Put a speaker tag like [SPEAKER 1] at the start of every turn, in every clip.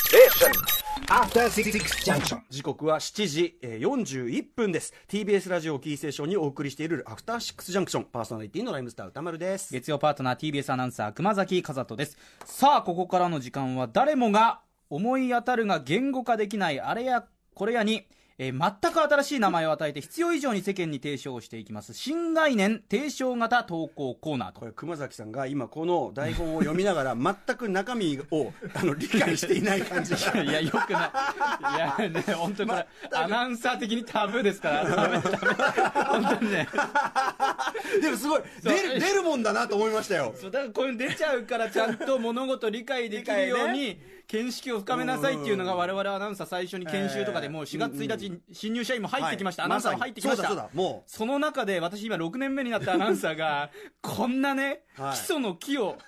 [SPEAKER 1] Station.
[SPEAKER 2] After Six Junction.
[SPEAKER 3] 時刻は7時えー41分です TBS ラジオキーステーションにお送りしているアフターシックスジャンクションパーソナリティのライムスター歌丸です
[SPEAKER 4] 月曜パートナー TBS アナウンサー熊崎和人ですさあここからの時間は誰もが思い当たるが言語化できないあれやこれやに、えー全く新しい名前を与えて必要以上に世間に提唱していきます新概念提唱型投稿コーナー
[SPEAKER 3] ことれ熊崎さんが今この台本を読みながら 全く中身をあの理解していない感じ
[SPEAKER 4] いやよくないいやね本当にこれアナウンサー的にタブーですからダメダメ本当にね
[SPEAKER 3] でもす ごい出る出るもんだなと思いましたよ
[SPEAKER 4] そうだからこういうの出ちゃうからちゃんと物事理解できるように見識を深めなさいっていうのが我々アナウンサー最初に研修とかでもう4月1日に新入社員も入ってきました、
[SPEAKER 3] はい
[SPEAKER 4] アナウンサーも入ってきました、
[SPEAKER 3] まさにそうだそうだもう
[SPEAKER 4] その中で私今6年目になったアナウンサーがこんなね、
[SPEAKER 3] はい
[SPEAKER 4] 基礎の木を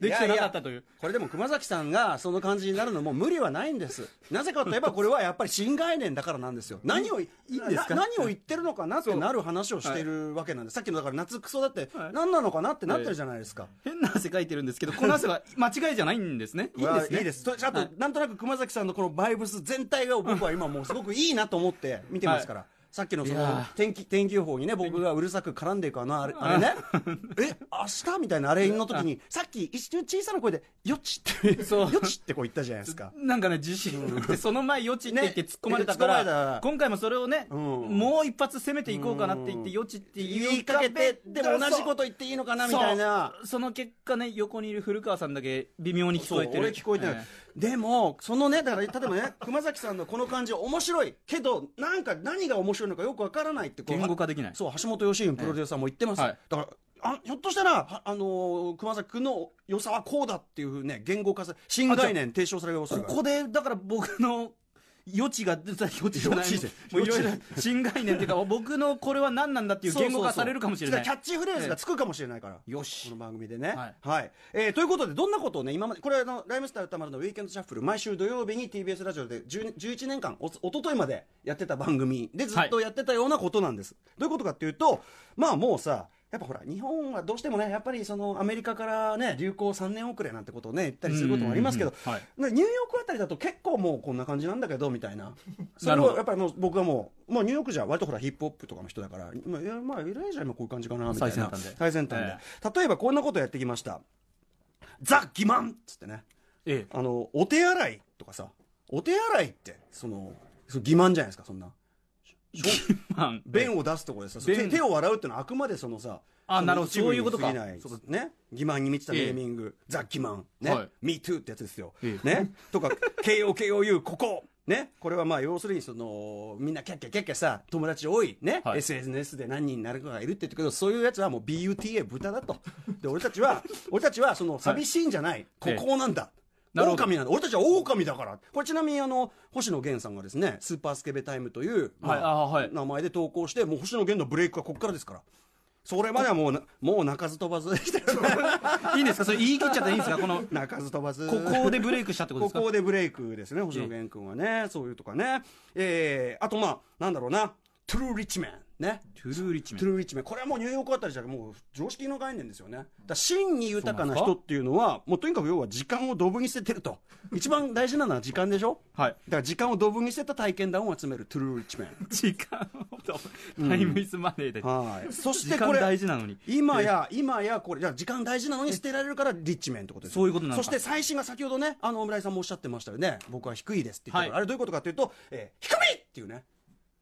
[SPEAKER 4] できてなかったという
[SPEAKER 3] これでも熊崎さんがその感じになるのも無理はないんですなぜかといえばこれはやっぱり新概念だからなんですよ何をいな何を言ってるのかなってなる話をしているわけなんです、さっきのだから夏クソだって
[SPEAKER 4] はい
[SPEAKER 3] 何なのかなってなってるじゃないですか、
[SPEAKER 4] 変な汗かいてるんですけどこの汗は間違いじゃないんですね
[SPEAKER 3] いいですねいいですとあと、
[SPEAKER 4] はい
[SPEAKER 3] なんとなく熊崎さんのこのバイブス全体が僕は今もうすごくいいなと思って見てますから、さっきのそ
[SPEAKER 4] いや
[SPEAKER 3] の
[SPEAKER 4] ー
[SPEAKER 3] 天気天気予報にね僕がうるさく絡んでいくあのあれあれ ねえ明日みたいなあれの時にさっき一瞬小さな声で「よち」って
[SPEAKER 4] そう
[SPEAKER 3] よち」ってこう言ったじゃないですか
[SPEAKER 4] なんかね、自信なくて、その前、余地って言って
[SPEAKER 3] ね
[SPEAKER 4] 突っ込まれたから、
[SPEAKER 3] 突っ込まれたから
[SPEAKER 4] 今回もそれをね、
[SPEAKER 3] うん
[SPEAKER 4] もう一発攻めていこうかなって言って、余地って
[SPEAKER 3] 言
[SPEAKER 4] 言
[SPEAKER 3] い
[SPEAKER 4] い
[SPEAKER 3] か
[SPEAKER 4] か
[SPEAKER 3] け
[SPEAKER 4] け
[SPEAKER 3] て
[SPEAKER 4] て、
[SPEAKER 3] でも同じこと言っていいのかなみたいな
[SPEAKER 4] そう。その結果ね、横にいる古川さんだけ微妙に聞こえてる。
[SPEAKER 3] 俺聞こえてない、
[SPEAKER 4] え
[SPEAKER 3] でもそのねだから例えばね熊崎さんのこの感じ面白いけどなんか何が面白いのかよくわからないって
[SPEAKER 4] え
[SPEAKER 3] こう
[SPEAKER 4] 言語化できない。
[SPEAKER 3] そう橋本良純プロデューサーも言ってます、
[SPEAKER 4] ええはい
[SPEAKER 3] だからあひょっとしたらはあのー熊崎君の良さはこうだっていうね言語化さ新概念提唱される恐れ
[SPEAKER 4] こ
[SPEAKER 3] がある
[SPEAKER 4] こで、だから僕の、余地が、余地じゃない
[SPEAKER 3] 余地で。
[SPEAKER 4] もういろいろ、新概念っていうか、僕のこれは何なんだっていう言語化されるかもしれない
[SPEAKER 3] そう。そうそうキャッチフレーズがつくかもしれないから、
[SPEAKER 4] よ
[SPEAKER 3] こ
[SPEAKER 4] し
[SPEAKER 3] の。番組でね。は
[SPEAKER 4] はいい、
[SPEAKER 3] えーということで、どんなことをね、今まで、これ、あの、ライムスター歌丸のウィークエンドシャッフル、毎週土曜日に TBS ラジオで10 11年間お、おとといまでやってた番組でずっとやってたようなことなんです。どういうことかっていうと、まあもうさ、やっぱほら、日本はどうしてもね、やっぱりその、アメリカからね、流行3年遅れなんてことをね、言ったりすることもありますけど、
[SPEAKER 4] うんうんうんはい
[SPEAKER 3] ねニューヨークあたりだと結構もうこんな感じなんだけどみたい なそ
[SPEAKER 4] な
[SPEAKER 3] れ
[SPEAKER 4] るほど
[SPEAKER 3] をやっぱりもう僕はもう、まあ、ニューヨークじゃ割とほらヒップホップとかの人だからまあいやまあいるじゃん今こういう感じかなみたいな
[SPEAKER 4] 最先端で
[SPEAKER 3] 最先端で例えばこんなことやってきました「ザ・欺瞞」っつってね
[SPEAKER 4] ええ。
[SPEAKER 3] あのお手洗いとかさお手洗いってそのその欺瞞じゃないですかそん な。しょ
[SPEAKER 4] まあ、
[SPEAKER 3] 便を出すところでさ、そう手
[SPEAKER 4] 便
[SPEAKER 3] 手を洗うってのはあくまでそのさ、
[SPEAKER 4] あなるほど
[SPEAKER 3] 一部に
[SPEAKER 4] そういうことか
[SPEAKER 3] 過ぎないそうね、欺瞞に満ちたネーミング、ザ・欺瞞、ね、
[SPEAKER 4] はい
[SPEAKER 3] MeToo ってやつですよ。
[SPEAKER 4] ええ
[SPEAKER 3] ね、とか、KOKOU、ここ。ね、これはまあ要するにそのみんなキャッキャキャッキャさ友達多いね、
[SPEAKER 4] はい
[SPEAKER 3] SNS で何人になるかがいるって言ってけどそういうやつはもう BUTA 豚だとで俺たち は俺たちはその寂しいんじゃない、
[SPEAKER 4] ええ
[SPEAKER 3] ここなんだ、
[SPEAKER 4] なるほど
[SPEAKER 3] 狼なんだ俺たちは狼だからこれちなみにあの星野源さんがですね「スーパースケベタイム」という、
[SPEAKER 4] はい
[SPEAKER 3] まあ
[SPEAKER 4] あはい
[SPEAKER 3] 名前で投稿してもう星野源のブレイクはここからですからそれまではもうなもう鳴かず飛ばずでした よ
[SPEAKER 4] いいんですかそれ言い切っちゃっていいんですかこの、こ
[SPEAKER 3] 鳴かず飛ばず
[SPEAKER 4] こでブレイクしたってことで
[SPEAKER 3] こ
[SPEAKER 4] すか
[SPEAKER 3] こでブレイクですね星野源君はねそういうとかねえーあとまあなんだろうなトゥルーリッチメンね
[SPEAKER 4] トゥルーリッチメ
[SPEAKER 3] トゥ
[SPEAKER 4] ン。
[SPEAKER 3] ルーリッチメンこれはもうニューヨークあたりじゃもう常識の概念ですよねだから真に豊かな
[SPEAKER 4] そうな
[SPEAKER 3] 人
[SPEAKER 4] ん
[SPEAKER 3] っていうのはもうとにかく要は時間をドブに捨ててると一番大事なのは時間でしょ
[SPEAKER 4] はい。
[SPEAKER 3] だから時間をドブに捨てた体験談を集めるトゥルーリッチメン
[SPEAKER 4] 時間をとタイムイズマネーで、
[SPEAKER 3] はいそし
[SPEAKER 4] 時
[SPEAKER 3] て
[SPEAKER 4] 間
[SPEAKER 3] これ
[SPEAKER 4] 大事なのに
[SPEAKER 3] 今や、今や、これ、じゃあ時間大事なのに捨てられるから、リッチメンってことですよ
[SPEAKER 4] そういうことなの
[SPEAKER 3] そし
[SPEAKER 4] か
[SPEAKER 3] て最新が先ほどね、あの、村井さんもおっしゃってましたよね。僕は低いですって言ったから、
[SPEAKER 4] は
[SPEAKER 3] あ
[SPEAKER 4] い
[SPEAKER 3] れどういうことかというと、えー低みっていうね。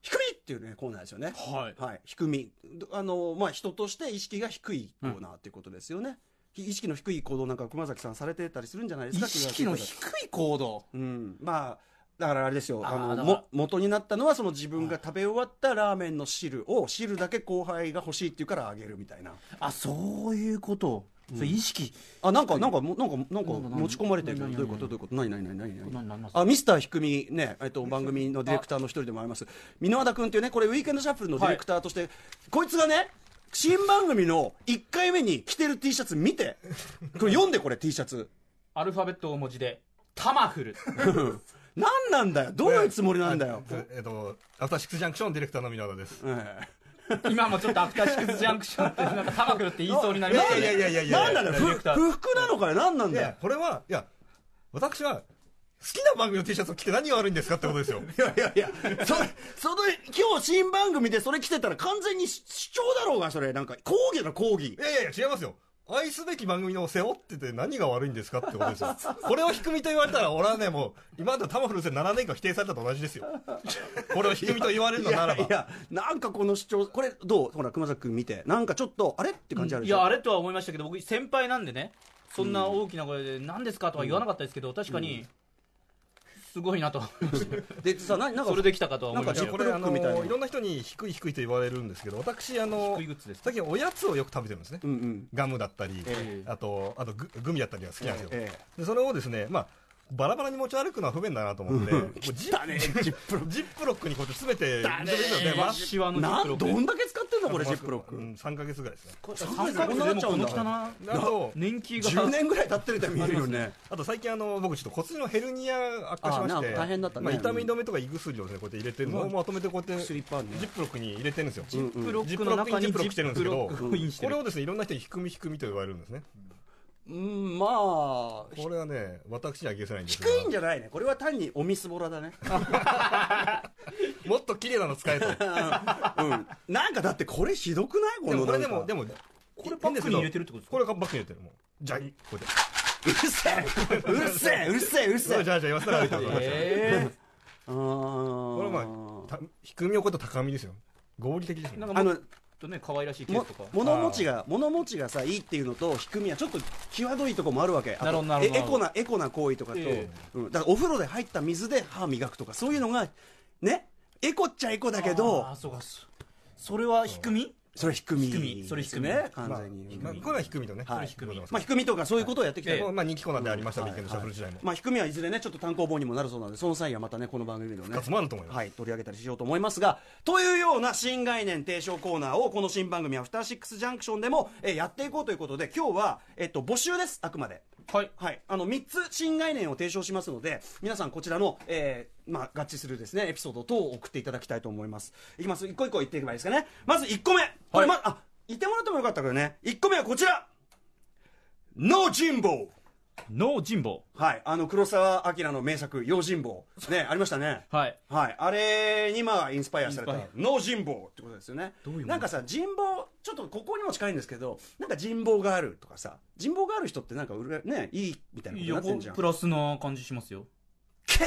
[SPEAKER 3] 低みっていうね、コーナーですよね。
[SPEAKER 4] はい
[SPEAKER 3] 低み。どあの、まあ、人として意識が低いコーナーっていうことですよね。ひ意識の低い行動なんか熊崎さんされてたりするんじゃないです
[SPEAKER 4] 意
[SPEAKER 3] か
[SPEAKER 4] 識の低
[SPEAKER 3] い。
[SPEAKER 4] い行動
[SPEAKER 3] うん。まあ、だからあれですよ、あ
[SPEAKER 4] あーだか
[SPEAKER 3] の、
[SPEAKER 4] ら
[SPEAKER 3] も、元になったのは、その自分が食べ終わったラーメンの汁を、汁だけ後輩が欲しいっていうからあげるみたいな。
[SPEAKER 4] あそういうこと、それ意識
[SPEAKER 3] あなんかなんかもなんかなんか
[SPEAKER 4] なんか
[SPEAKER 3] 持ち込まれてるどう
[SPEAKER 4] 何
[SPEAKER 3] いうことどういうこと何何何何
[SPEAKER 4] 何
[SPEAKER 3] 何
[SPEAKER 4] 何
[SPEAKER 3] あミスターひくみねえっと番組のディレクターの一人でもあります箕輪田君っていうねこれウィークエンドシャッフルのディレクターとして、こいつがね新番組の1回目に着てる T シャツ見 てこれ読んでこれ T シャ ツ
[SPEAKER 4] アルファベット大文字でタマフル
[SPEAKER 3] 何なんだよどういうつもりなんだよ、
[SPEAKER 5] えっと、アフターシックスジャンクションディレクターの皆田です。
[SPEAKER 3] ええ
[SPEAKER 4] 今もちょっとアフターシックスジャンクションってなんかタマフルって言いそうになりました
[SPEAKER 5] いやい
[SPEAKER 4] ね
[SPEAKER 5] やいやいや
[SPEAKER 3] 何なんだよ
[SPEAKER 4] ディレクター
[SPEAKER 3] ふ不服なのかよ何なん
[SPEAKER 5] い
[SPEAKER 3] だ
[SPEAKER 5] や
[SPEAKER 3] よ、
[SPEAKER 5] これは、いや、私は、きな番組の T シャツを着て何が悪いんですかってことですよ。
[SPEAKER 3] いやいやいや、それ、その、今日新番組でそれ着てたら完全に主主張だろうが、それ。なんか、抗議だ、抗議
[SPEAKER 5] い。やいやいや、違いますよ。愛すべき番組の背負ってて何が悪いんですかってことですよ。これを低みと言われたら、俺はね、もう、今までタマフルで7年間否定されたと同じですよ。これを低みと言われるのならば。
[SPEAKER 3] いや、なんかこの主張、これ、どうほら、熊崎君見て。なんかちょっと、あれって感じある
[SPEAKER 4] い
[SPEAKER 3] でしょ、
[SPEAKER 4] やあれとは思いましたけど僕先輩なんでねそんな大きな声で何ですかとは言わなかったですけど確かにすごいなと思いました
[SPEAKER 3] で、さ、ななんか、
[SPEAKER 4] それできたかとは思い
[SPEAKER 5] い
[SPEAKER 4] ま
[SPEAKER 5] や
[SPEAKER 4] した
[SPEAKER 3] なんか
[SPEAKER 4] よ
[SPEAKER 5] これあの
[SPEAKER 3] ジップロックみたいない
[SPEAKER 5] ろんな人に低い低いと言われるんですけど私あの
[SPEAKER 4] 低いグッズです
[SPEAKER 5] 最近おやつをよく食べてるんですね、
[SPEAKER 3] うんうん。
[SPEAKER 5] ガムだったり、
[SPEAKER 4] ええ
[SPEAKER 5] あとあとググミだったりが好きなんですよ、
[SPEAKER 3] ええ
[SPEAKER 5] でそれをですねまあバラバラに持ち歩くのは不便だなと思って、もうジッジップロックジップロックにこうやって詰めて
[SPEAKER 3] だね
[SPEAKER 5] 入れてるんですよね
[SPEAKER 4] わしわのジッ
[SPEAKER 3] な
[SPEAKER 4] プロ
[SPEAKER 3] ん、
[SPEAKER 4] ック
[SPEAKER 3] どんだけ使ってんのこれ、
[SPEAKER 5] ま
[SPEAKER 3] ジ
[SPEAKER 5] あ
[SPEAKER 3] ップロック。
[SPEAKER 5] うん、3か月ぐらいですね
[SPEAKER 4] 三角でもこの汚い
[SPEAKER 5] あと
[SPEAKER 4] 年季が
[SPEAKER 3] 10年ぐらい経ってるみたいに見えるよね。
[SPEAKER 5] あと最近あの僕ちょっと骨のヘルニア悪化しま
[SPEAKER 3] あな
[SPEAKER 5] し
[SPEAKER 3] んか
[SPEAKER 5] て
[SPEAKER 3] 大変だったね
[SPEAKER 5] まあ、痛み止めとか胃薬をですねこうやって入れてるのをまとめてこうやってジ
[SPEAKER 3] 薬いっ
[SPEAKER 5] ッ
[SPEAKER 3] ぱいあるね
[SPEAKER 5] プロックに入れてるんですよ
[SPEAKER 4] ジップロ
[SPEAKER 5] ジ
[SPEAKER 4] ッ
[SPEAKER 5] ッ
[SPEAKER 4] ク
[SPEAKER 5] プ
[SPEAKER 4] の
[SPEAKER 5] ロック
[SPEAKER 4] 中
[SPEAKER 5] に
[SPEAKER 4] に
[SPEAKER 5] ジップロックしてるんですけど
[SPEAKER 4] ジップロックをインして
[SPEAKER 5] これ
[SPEAKER 4] る
[SPEAKER 5] をですねいろんな人に低み低みと言われるんですね
[SPEAKER 3] うん、まあ、
[SPEAKER 5] これはね私には消せないんです
[SPEAKER 3] 低いんじゃないね。これは単におみすぼらだね。
[SPEAKER 5] もっと綺麗なの使 えと
[SPEAKER 3] うん。なんかだってこれひどくないこ
[SPEAKER 5] で
[SPEAKER 3] の
[SPEAKER 5] もこれ
[SPEAKER 3] な
[SPEAKER 5] で
[SPEAKER 3] んか
[SPEAKER 5] もでも
[SPEAKER 4] これパックに入れてるってことですか
[SPEAKER 5] これがバックに入れてるもうじゃいこうやっ
[SPEAKER 3] うるせえうるせえうるせえうるせ
[SPEAKER 5] て
[SPEAKER 3] え
[SPEAKER 5] じゃあじゃあ言わせたらこ
[SPEAKER 4] え
[SPEAKER 3] あー
[SPEAKER 5] れはまあた低みを超えた高みですよ合理的です
[SPEAKER 4] えな
[SPEAKER 5] ね
[SPEAKER 4] んか
[SPEAKER 3] あ
[SPEAKER 4] も
[SPEAKER 3] の
[SPEAKER 4] っとね可愛らしいケー
[SPEAKER 3] も
[SPEAKER 4] スとか
[SPEAKER 3] 物持ちが物持ちがさいいっていうのと低みはちょっと際どいとこもあるわけあと
[SPEAKER 4] なるほどなるほ
[SPEAKER 3] え
[SPEAKER 4] ど
[SPEAKER 3] エコなエコな行為とかと、
[SPEAKER 4] え
[SPEAKER 3] うん、だからお風呂で入った水で歯磨くとかそういうのがねエコっちゃエコだけど
[SPEAKER 4] あーそうかそうそれは低み
[SPEAKER 3] それ低み
[SPEAKER 4] 低みそれ低み
[SPEAKER 3] ですね完
[SPEAKER 5] まあ
[SPEAKER 3] 全に、
[SPEAKER 5] まあこれは低みとね、
[SPEAKER 3] はい
[SPEAKER 5] それは
[SPEAKER 3] まあ、低みとかそういうことをやってきた、
[SPEAKER 4] ええ
[SPEAKER 5] まあ人気コーナーでありました、ウィー
[SPEAKER 3] は
[SPEAKER 5] ケ
[SPEAKER 3] い
[SPEAKER 5] ンドシャッフル時代も。
[SPEAKER 3] まあ、低みはいずれねちょっと単行本にもなるそうなのでその際はまたねこの番組でもね
[SPEAKER 5] 復活もあると思います
[SPEAKER 3] はい、取り上げたりしようと思いますがというような新概念提唱コーナーをこの新番組「アフターシックスジャンクション」でも、えーやっていこうということで今日は、えっと、募集ですあくまで。
[SPEAKER 4] はい
[SPEAKER 3] はい、あの3つ新概念を提唱しますので皆さんこちらの、えーまあ、合致するですねエピソード等を送っていただきたいと思いますいきます一個一個言っていけばいいですかねまず1個目これ、まあ言ってもらってもよかったけどね1個目はこちらノージンボー
[SPEAKER 4] ノージンボ
[SPEAKER 3] はい、あの黒澤明の名作「用心棒」ねありましたね
[SPEAKER 4] はい
[SPEAKER 3] はい、あれにまあインスパイアされた
[SPEAKER 4] インスパイ
[SPEAKER 3] 「ノー人望」ってことですよね
[SPEAKER 4] ういうもの
[SPEAKER 3] なんかさ人望ちょっとここにも近いんですけどなんか人望があるとかさ人望がある人ってなんかうらねいいみたいなことになってんじゃん
[SPEAKER 4] プラスな感じしますよ
[SPEAKER 3] け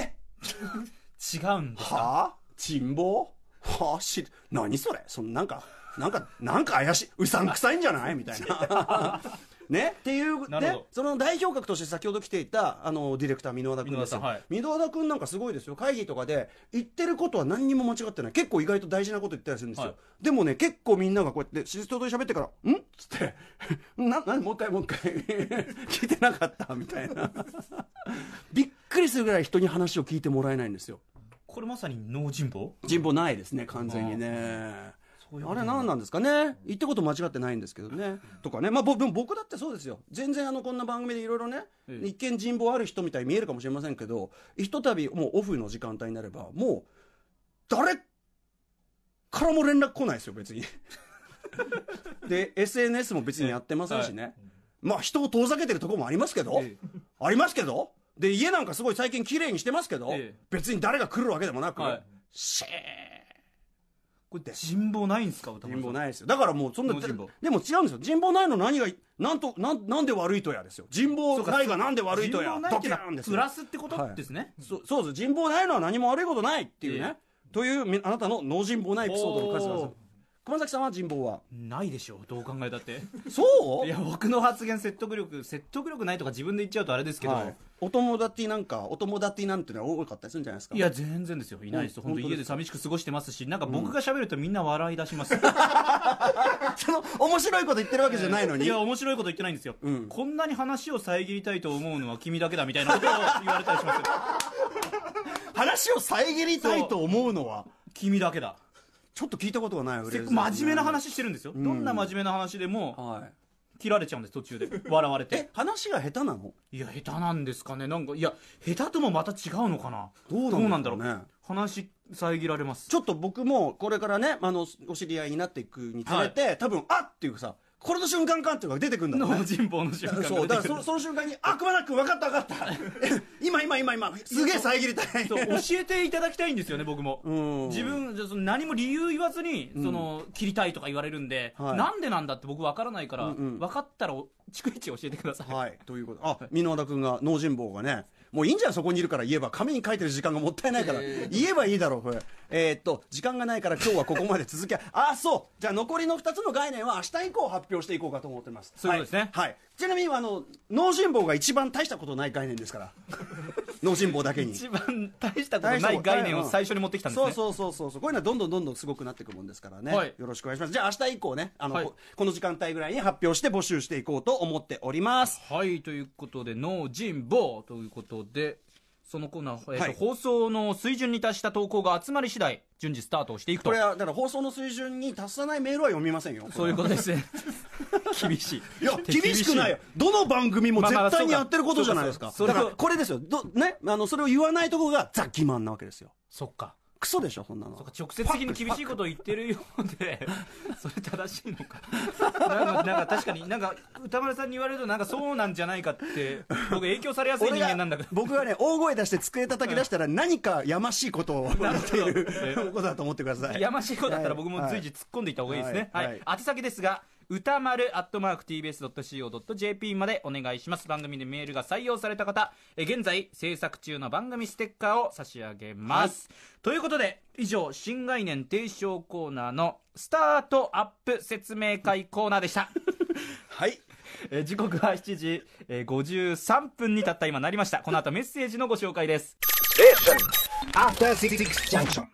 [SPEAKER 4] 違うんですか
[SPEAKER 3] はあ人望はあし何それそのなんかなんかなんか怪しいうさんくさいんじゃないみたい なねっていう
[SPEAKER 4] なるほ
[SPEAKER 3] ね
[SPEAKER 4] ど
[SPEAKER 3] その代表格として先ほど来ていたあのディレクター箕輪田君ですよ箕輪
[SPEAKER 4] 箕輪田
[SPEAKER 3] 田,、
[SPEAKER 4] はい
[SPEAKER 3] 君なんかすごいですよ会議とかで言ってることは何にも間違ってない結構意外と大事なこと言ってたりするんですよ、
[SPEAKER 4] はい
[SPEAKER 3] でもね結構みんながこうやってシストと喋ってから「ん?」っつって 「な何もう一回もう一回 聞いてなかった」みたいなびっくりするぐらい人に話を聞いてもらえないんですよ
[SPEAKER 4] これまさにノージンボ
[SPEAKER 3] 人望ないですね完全にね
[SPEAKER 4] そういうこ
[SPEAKER 3] あ
[SPEAKER 4] と
[SPEAKER 3] れ何なんですかね言ったこと間違ってないんですけどねとかねまあぼでも僕だってそうですよ全然あのこんな番組でいろいろね、
[SPEAKER 4] ええ
[SPEAKER 3] 一見人望ある人みたいに見えるかもしれませんけどひとたびもうオフの時間帯になればもう誰からも連絡来ないですよ別 にで SNS も別にやってませんしね、まあ人を遠ざけてるとこもありますけど、
[SPEAKER 4] え
[SPEAKER 3] ありますけどで家なんかすごい最近綺麗にしてますけど、
[SPEAKER 4] ええ
[SPEAKER 3] 別に誰が来るわけでもなく、
[SPEAKER 4] はい
[SPEAKER 3] シェー
[SPEAKER 4] これ人望ないんですか歌
[SPEAKER 3] 人望
[SPEAKER 4] い
[SPEAKER 3] ないですよだからもうそんな
[SPEAKER 4] もう人望
[SPEAKER 3] でも違うんですよ人望ないの何がなんとなんなんで悪いとやですよ人望ないがなんで悪いとや
[SPEAKER 4] 人望ない
[SPEAKER 3] ド
[SPEAKER 4] って
[SPEAKER 3] キ
[SPEAKER 4] いうの
[SPEAKER 3] ャン
[SPEAKER 4] は
[SPEAKER 3] です
[SPEAKER 4] プ
[SPEAKER 3] よ
[SPEAKER 4] ラスってこと
[SPEAKER 3] はい
[SPEAKER 4] ですね
[SPEAKER 3] そそうです人望ないのは何も悪いことないっていうね、
[SPEAKER 4] ええ
[SPEAKER 3] というみあなたの脳人望ないエピソードの数々
[SPEAKER 4] おー
[SPEAKER 3] 熊崎さんは人望は
[SPEAKER 4] ないでしょうどう考えたって
[SPEAKER 3] そう
[SPEAKER 4] いや僕の発言説得力説得力ないとか自分で言っちゃうとあれですけど、
[SPEAKER 3] はい、お友達なんかお友達なんていうのは多かったりするんじゃないですか
[SPEAKER 4] いや全然ですよいないですよ
[SPEAKER 3] ほん
[SPEAKER 4] 本当
[SPEAKER 3] 本当
[SPEAKER 4] 家
[SPEAKER 3] で
[SPEAKER 4] です
[SPEAKER 3] か
[SPEAKER 4] 寂しく過ごしてますしなんか僕が喋るとみんな笑い出します、
[SPEAKER 3] その面白いこと言ってるわけじゃないのに、
[SPEAKER 4] いや面白いこと言ってないんですよ、
[SPEAKER 3] うん
[SPEAKER 4] こんなに話を遮りたいと思うのは君だけだみたいなことを言われたりしますよ
[SPEAKER 3] 話を遮りたいと思うのは
[SPEAKER 4] 君だけだ
[SPEAKER 3] ちょっと聞いたことがないフレ
[SPEAKER 4] 結
[SPEAKER 3] ーズ
[SPEAKER 4] 構
[SPEAKER 3] ですね
[SPEAKER 4] 真面目な話してるんですよ、どんな真面目な話でも
[SPEAKER 3] はい
[SPEAKER 4] 切られちゃうんです途 中で笑われて
[SPEAKER 3] え話が下手なの
[SPEAKER 4] いや下手なんですかねなんかいや下手ともまた違うのかな
[SPEAKER 3] どうなんだろうね
[SPEAKER 4] ろ話遮られます
[SPEAKER 3] ちょっと僕もこれからねあのお知り合いになっていくにつれて、多分あっっていうさこれの瞬間かっていうのが出てくるんだもん ね
[SPEAKER 4] の人望の瞬間が出てく
[SPEAKER 3] そう
[SPEAKER 4] る
[SPEAKER 3] だからそのその瞬間に「あ熊田君分かった分か った今今今今すげえ遮りたい」
[SPEAKER 4] そう教えていただきたいんですよね、僕も。
[SPEAKER 3] うん
[SPEAKER 4] 自分、じゃあその何も理由言わずに、その、切りたいとか言われるんで、
[SPEAKER 3] はい
[SPEAKER 4] なんでなんだって僕分からないから、
[SPEAKER 3] うんうん
[SPEAKER 4] 分かったらお、逐一教えてください。
[SPEAKER 3] はい、ということあ箕輪田君が脳人坊がねもういいんじゃんそこにいるから言えば紙に書いてる時間がもったいないから、言えばいいだろうこれえーっと時間がないから今日はここまで続きあそうじゃあ残りの2つの概念は明日以降発表していこうかと思ってます
[SPEAKER 4] そういうことですね
[SPEAKER 3] はい、はいちなみにあの脳人坊が一番大したことない概念ですから 脳人坊だけに
[SPEAKER 4] 一番大したことない概念を最初に持ってきたんですね。
[SPEAKER 3] そうそうそうそうそうこういうのはどんどんどんどんすごくなってくるもんですからね、
[SPEAKER 4] はい
[SPEAKER 3] よろしくお願いしますじゃあ明日以降ねあの、
[SPEAKER 4] はい
[SPEAKER 3] ここの時間帯ぐらいに発表して募集していこうと思っております
[SPEAKER 4] はい、ということで、脳人坊ということで、そのコーナー、えーと
[SPEAKER 3] はい
[SPEAKER 4] 放送の水準に達した投稿が集まり次第、順次スタートをしていくと。
[SPEAKER 3] これはだから放送の水準に達さないメールは読みませんよ
[SPEAKER 4] そういうことですね。 厳しい。
[SPEAKER 3] いや 厳しくないよどの番組も
[SPEAKER 4] まあまあ
[SPEAKER 3] 絶対に
[SPEAKER 4] そうか
[SPEAKER 3] やってることじゃないですか
[SPEAKER 4] そうか
[SPEAKER 3] だ
[SPEAKER 4] そうか
[SPEAKER 3] からこれですよどねあのそれを言わないとこがザ・欺瞞なわけですよ
[SPEAKER 4] そっか。
[SPEAKER 3] クソでしょそんな
[SPEAKER 4] そっ
[SPEAKER 3] の
[SPEAKER 4] か直接的に厳しいことを言ってるようで、それ正しいのか。なんか、なんか確かに、なんか、歌丸さんに言われると、なんかそうなんじゃないかって、僕影響されやすい人
[SPEAKER 3] 俺が
[SPEAKER 4] 間なんだけど。
[SPEAKER 3] 僕がね大声出して机叩き出したら何かやましいことを やっている ことだと思ってください
[SPEAKER 4] やましいことだったら
[SPEAKER 3] はい
[SPEAKER 4] 僕も随時突っ込んでいった方がいいですね。は。
[SPEAKER 3] はいい
[SPEAKER 4] 宛先ですが、歌丸アットマーク tbs.co.jp までお願いします。番組でメールが採用された方、え現在制作中の番組ステッカーを差し上げます。ということで、以上、新概念提唱コーナーのスタートアップ説明会コーナーでした。
[SPEAKER 3] はい
[SPEAKER 4] えー時刻は7時、えー53分にたった今なりました。この後メッセージのご紹介です。
[SPEAKER 2] After Six Junction.